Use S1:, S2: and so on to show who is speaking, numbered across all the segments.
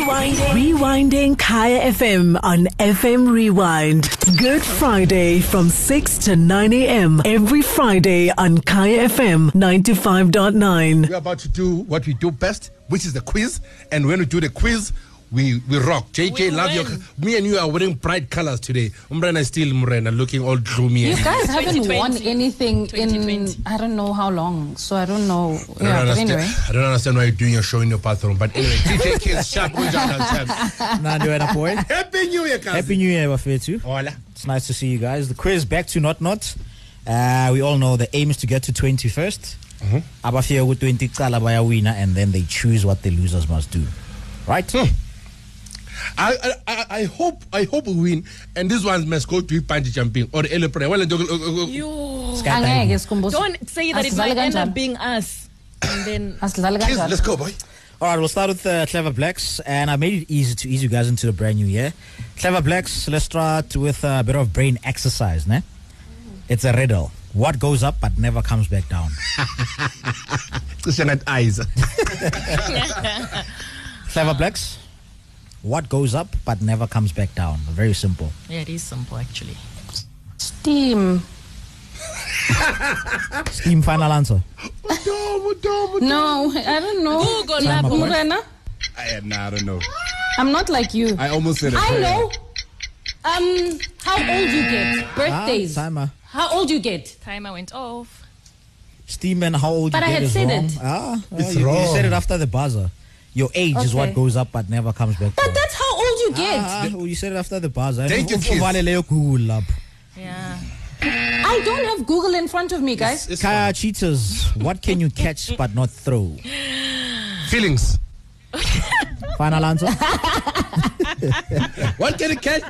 S1: Rewinding. Rewinding Kaya FM on FM Rewind. Good Friday from 6 to 9 a.m. Every Friday on Kaya FM 95.9.
S2: We're about to do what we do best, which is the quiz. And when we do the quiz, we, we rock. JK,
S3: We
S2: love
S3: win.
S2: your. Me and you are wearing bright colors today. Umbrana is still Murena, looking all gloomy.
S3: You
S2: and-
S3: guys haven't won
S4: 2020.
S3: anything in
S4: 2020.
S3: I don't know how long, so I don't know.
S2: I don't,
S3: Yeah, but
S2: understand,
S3: anyway.
S2: I don't understand why you're doing your show in your bathroom. But anyway, DJ Kids, Shark Mujana, Shark.
S5: Nando and a boy.
S2: Happy New Year, guys.
S5: Happy New Year, Bafetu.
S2: Hola.
S5: It's nice to see you guys. The quiz back to Not Not. Uh, we all know the aim is to get to 21st. Abafia with 20 Kalabaya winner, and then they choose what the losers must do. Right?
S2: I, I- I, I hope I hope we win. And these ones must go to bungee jumping or aeroplane. Well, uh,
S4: You
S3: Angeke
S5: Skydiving.
S3: sikhumbuzo.
S4: don't say that it
S3: Asidlali
S4: might end
S3: kanjalo.
S4: up being us. And then
S3: Asidlali
S2: Kids,
S3: kanjalo.
S2: let's go, boy.
S5: All right, we'll start with uh, Clever Blacks, and I made it easy to ease you guys into the brand new year. Clever Blacks, let's start with a bit of brain exercise. Ne? It's a riddle. What goes up but never comes back down?
S2: Christian at eyes.
S5: Clever Blacks, what goes up but never comes back down? Very simple.
S4: yeah, it is simple actually.
S3: Steam.
S5: Steam final answer.
S2: Udomo, udomo, udomo.
S3: No, I don't know.
S4: Google
S5: Time
S4: lapho.
S5: up.
S3: Murena,
S2: I, nah, I don't know.
S3: I'm not like you.
S2: I almost said it.
S3: I know. Um, how old you get? Birthdays.
S5: Ah, timer.
S3: How old you get?
S4: Timer went off.
S5: Steam and how old
S3: But
S5: you
S3: I
S5: get
S3: had
S5: is
S3: said
S5: wrong.
S3: it.
S5: Ah, well,
S2: It's
S5: you, you
S2: wrong.
S5: said it after the buzzer. Your age is what
S3: Okay.
S5: goes up but never comes back.
S3: But
S5: down.
S3: that's how old you get.
S5: Ah, well, you said it after the buzzer.
S2: Take your
S5: Uf-
S2: kids.
S5: uvalele yokugugu lapho.
S4: Yeah.
S3: I don't have Google in front of me, guys.
S2: It's fine.
S5: Kaya cheaters, what can you catch but not throw?
S2: Feelings.
S5: Final answer.
S2: What can you catch?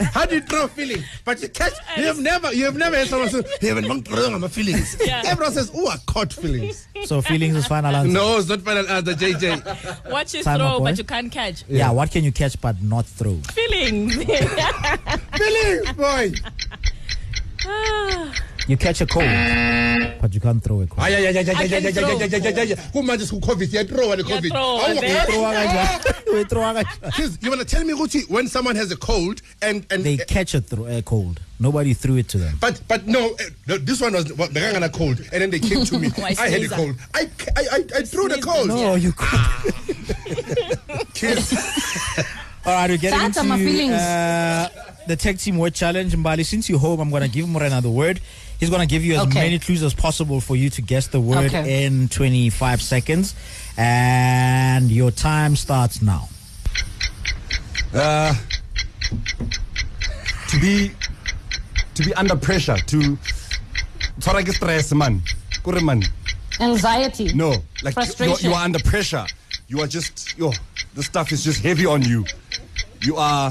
S2: How do you throw feelings? But you catch. You have never. You have never heard someone say, "Hey, man, man, throw my feelings." Everyone says, "Oh, I caught feelings."
S5: So feelings is final answer.
S2: No, it's not final answer, JJ.
S4: Watch you
S5: Timer,
S4: throw,
S5: boy.
S4: but you can't catch.
S5: Yeah, what can you catch but not throw?
S4: Feelings.
S2: feelings, boy.
S5: You catch a cold, but you can't throw a cold.
S2: Ay, ay, ay, ay, ay,
S4: I
S2: ay,
S4: can
S2: ay, ay,
S4: throw.
S2: ay, ay, ay, ay, ay. Who manages who COVID? Yeah, throw and
S4: Yeah,
S2: COVID.
S4: throw,
S2: Oh,
S4: and
S2: okay.
S4: then-
S5: Throw kanjani? We throw kanjani?
S2: Kids, you wanna tell me, Gucci, when someone has a cold and and
S5: They
S2: eh,
S5: catch a, thro- a cold. Nobody threw it to them.
S2: but but no, eh, no, this one was well, a cold, and then they came to me.
S4: Why
S2: I had a
S4: sneeze?
S2: cold. I I I, I threw the
S4: Sneeze.
S2: cold.
S5: No, you could.
S2: Kids,
S5: All right, we're getting
S3: That's
S5: into
S3: my feelings.
S5: uh, the tech team word challenge. Mbali, since you're home, I'm going to give Morena the word. He's going to give you as
S3: Okay.
S5: many clues as possible for you to guess the word
S3: Okay.
S5: in 25 seconds. And your time starts now.
S6: uh, to be to be under pressure to tshwara ke stress man kore man
S3: Anxiety.
S6: no like you,
S3: Frustration.
S6: you are under pressure you are just yo the stuff is just heavy on you you are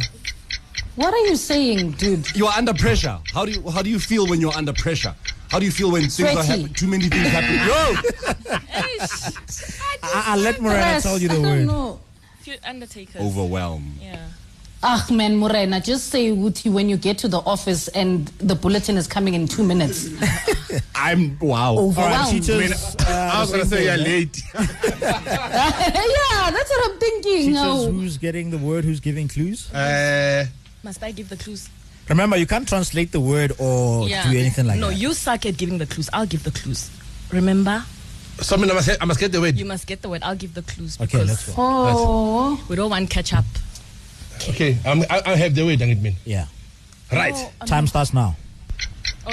S3: What are you saying, dude?
S6: you are under pressure how do you how do you feel when you're under pressure how do you feel when things are
S3: Sweaty.
S6: happening too many things happening yo
S5: I- I'll let Morena
S3: Stress.
S5: tell you the
S3: I
S5: word.
S3: don't know.
S4: Few undertakers.
S6: overwhelm
S4: Yeah.
S3: Ah, man, Morena, just say Uti when you get to the office and the bulletin is coming in two minutes.
S6: i'm
S2: Oh.
S6: wow
S5: All right,
S3: Overwhelmed.
S5: teachers, uh,
S2: I was gonna say you're late.
S3: yeah, that's what I'm thinking.
S5: teachers,
S3: Oh,
S5: who's getting the word, who's giving clues?
S2: Uh,
S4: Must I give the clues?
S5: Remember, you can't translate the word or do anything like
S4: no,
S5: that.
S4: you suck at giving the clues. I'll give the clues. Remember,
S2: something I must I must get the
S4: you
S2: word.
S4: must get the word. I'll give the clues
S5: okay,
S4: because
S5: let's go.
S3: oh.
S4: we don't want catch up.
S2: Okay, I'm, I I have the word, and it mean
S5: Yeah.
S2: right.
S5: Time starts now.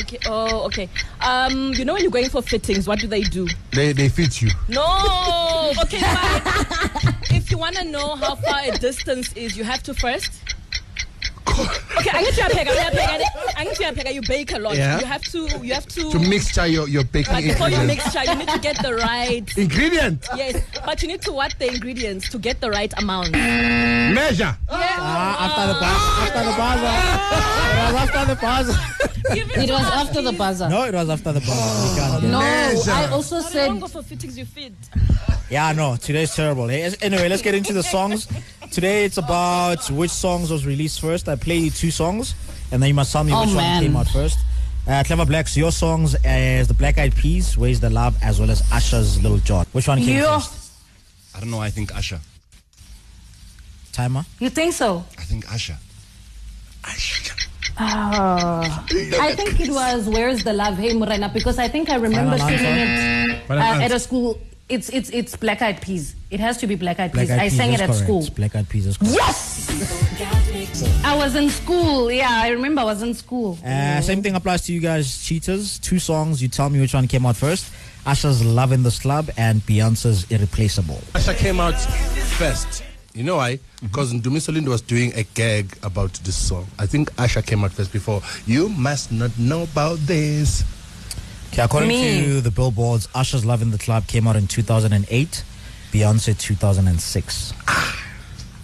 S4: Okay. Oh, okay. Um, you know when you're going for fittings, what do they do?
S2: They they fit you.
S4: No. Okay, fine. if you want to know how far a distance is, you have to first. Okay, I get you a peg. I get you a peg. You bake a lot.
S2: Yeah.
S4: You have to. You have to.
S2: To mixture your your baking
S4: but Oh. before you Uh.
S2: ingredients.
S4: mixture, you need to get the right.
S2: ingredient
S4: Yes, but you need to what the ingredients to get the right amount.
S2: measure.
S5: Ah, after the buzzer. After the buzzer. It was after the buzzer.
S4: Give
S3: It
S4: to
S3: was
S4: us,
S3: after the
S4: please.
S3: buzzer.
S5: No, it was after the buzzer. You can't get it.
S3: No,
S2: Measure.
S3: I also
S4: Oh, no, don't
S3: said
S4: go for fittings. You fit.
S5: Yeah, no, today's terrible. Hey, as- Anyway, let's get into the songs. Today it's about which songs was released first. I play you two songs, and then you must tell me
S3: Oh,
S5: which
S3: man.
S5: song came out first. Uh, Clever Blacks, your songs as the Black Eyed Peas, Where's the Love, as well as Usher's Little John. Which one came
S3: Yeah.
S5: first?
S6: i don't know i think asha
S5: timer.
S7: You think so?
S6: I think Asha.
S3: I think it was Where's the Love, Hey Morena, because I think I remember
S5: Final
S3: singing it
S2: Final
S3: uh, at
S2: answer.
S3: a school. It's it's it's Black Eyed Peas. It has to be Black Eyed Peas.
S5: Black Eyed
S3: I
S5: Peas
S3: sang
S5: is
S3: it at
S5: correct.
S3: school.
S5: Black Eyed Peas is correct.
S3: Yes, I was in school. Yeah, I remember I was in school.
S5: Uh, same thing applies to you guys, cheaters. Two songs. You tell me which one came out first. Asha's "Love in This Club" and Beyonce's "Irreplaceable."
S2: Asha came out first. You know why? Because Ndumi Solindo was doing a gag about this song. I think Asha came out first before. You must not know about this.
S5: Okay, according
S7: Me.
S5: to the billboards, Usher's Love in the Club came out in 2008, Beyonce 2006.
S4: We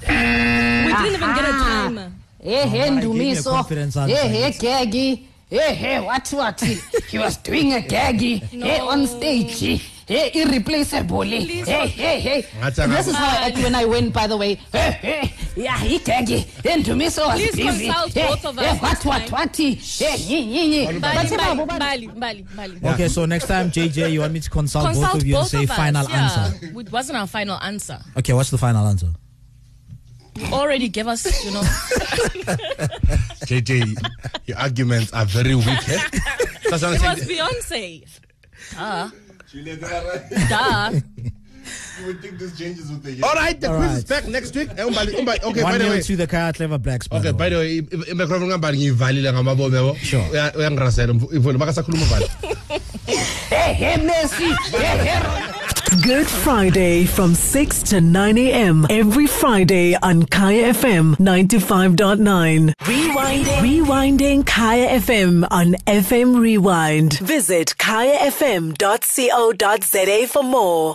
S4: didn't even get a timer.
S3: Hey, hey,
S5: I gave you a
S3: Ndumi, so.
S5: confidence answer,
S3: Hey, hey,
S5: yes.
S3: gaggy. Hey, hey, what, what? he was doing a gaggy. Hey, on stage. Hey, irreplaceable. Hey, hey, hey.
S2: That's
S3: this
S2: enough.
S3: is how I act when I win, by the way. Hey, hey. Yeah, he gaggy. Hey, Ndumi, so. was
S4: Please
S3: busy.
S4: consult
S3: hey,
S4: both of us
S3: Hey,
S4: this
S3: what, what,
S4: time.
S3: what? Hey, ye, ye, ye.
S4: Bali,
S3: But-
S4: Bali, Bali, Bali, Bali.
S5: Okay, so next time, JJ, you want me to consult,
S4: Consult
S5: both of you and say final
S4: yeah.
S5: answer.
S8: It wasn't our final answer.
S5: Okay, what's the final answer?
S8: You already gave us, you know.
S2: JJ, your arguments are very weak. Eh? That's what I'm
S4: It was
S2: saying.
S4: Beyonce.
S8: Duh.
S6: You would think this changes with the year.
S2: All right, the
S5: All
S2: quiz
S5: right.
S2: is back next week. Eh, umbali- umba- Okay, by the
S5: One nil
S2: way.
S5: to the car, clever blacks. By
S2: Okay,
S5: the
S2: by
S5: way.
S2: the way, i- i- imicrophone ngambali ngiyivalile ngamabomu yabo.
S5: Sure.
S2: Uya- Uyangirasela mvu- ivoli makasakhuluma ubali.
S3: Hey, hey, Messi. Hey, hey,
S1: Good Friday from 6 to 9 a.m. every Friday on Kaya FM 95.9. Rewinding. Rewinding Kaya FM on FM Rewind. Visit kayafm.co.za for more.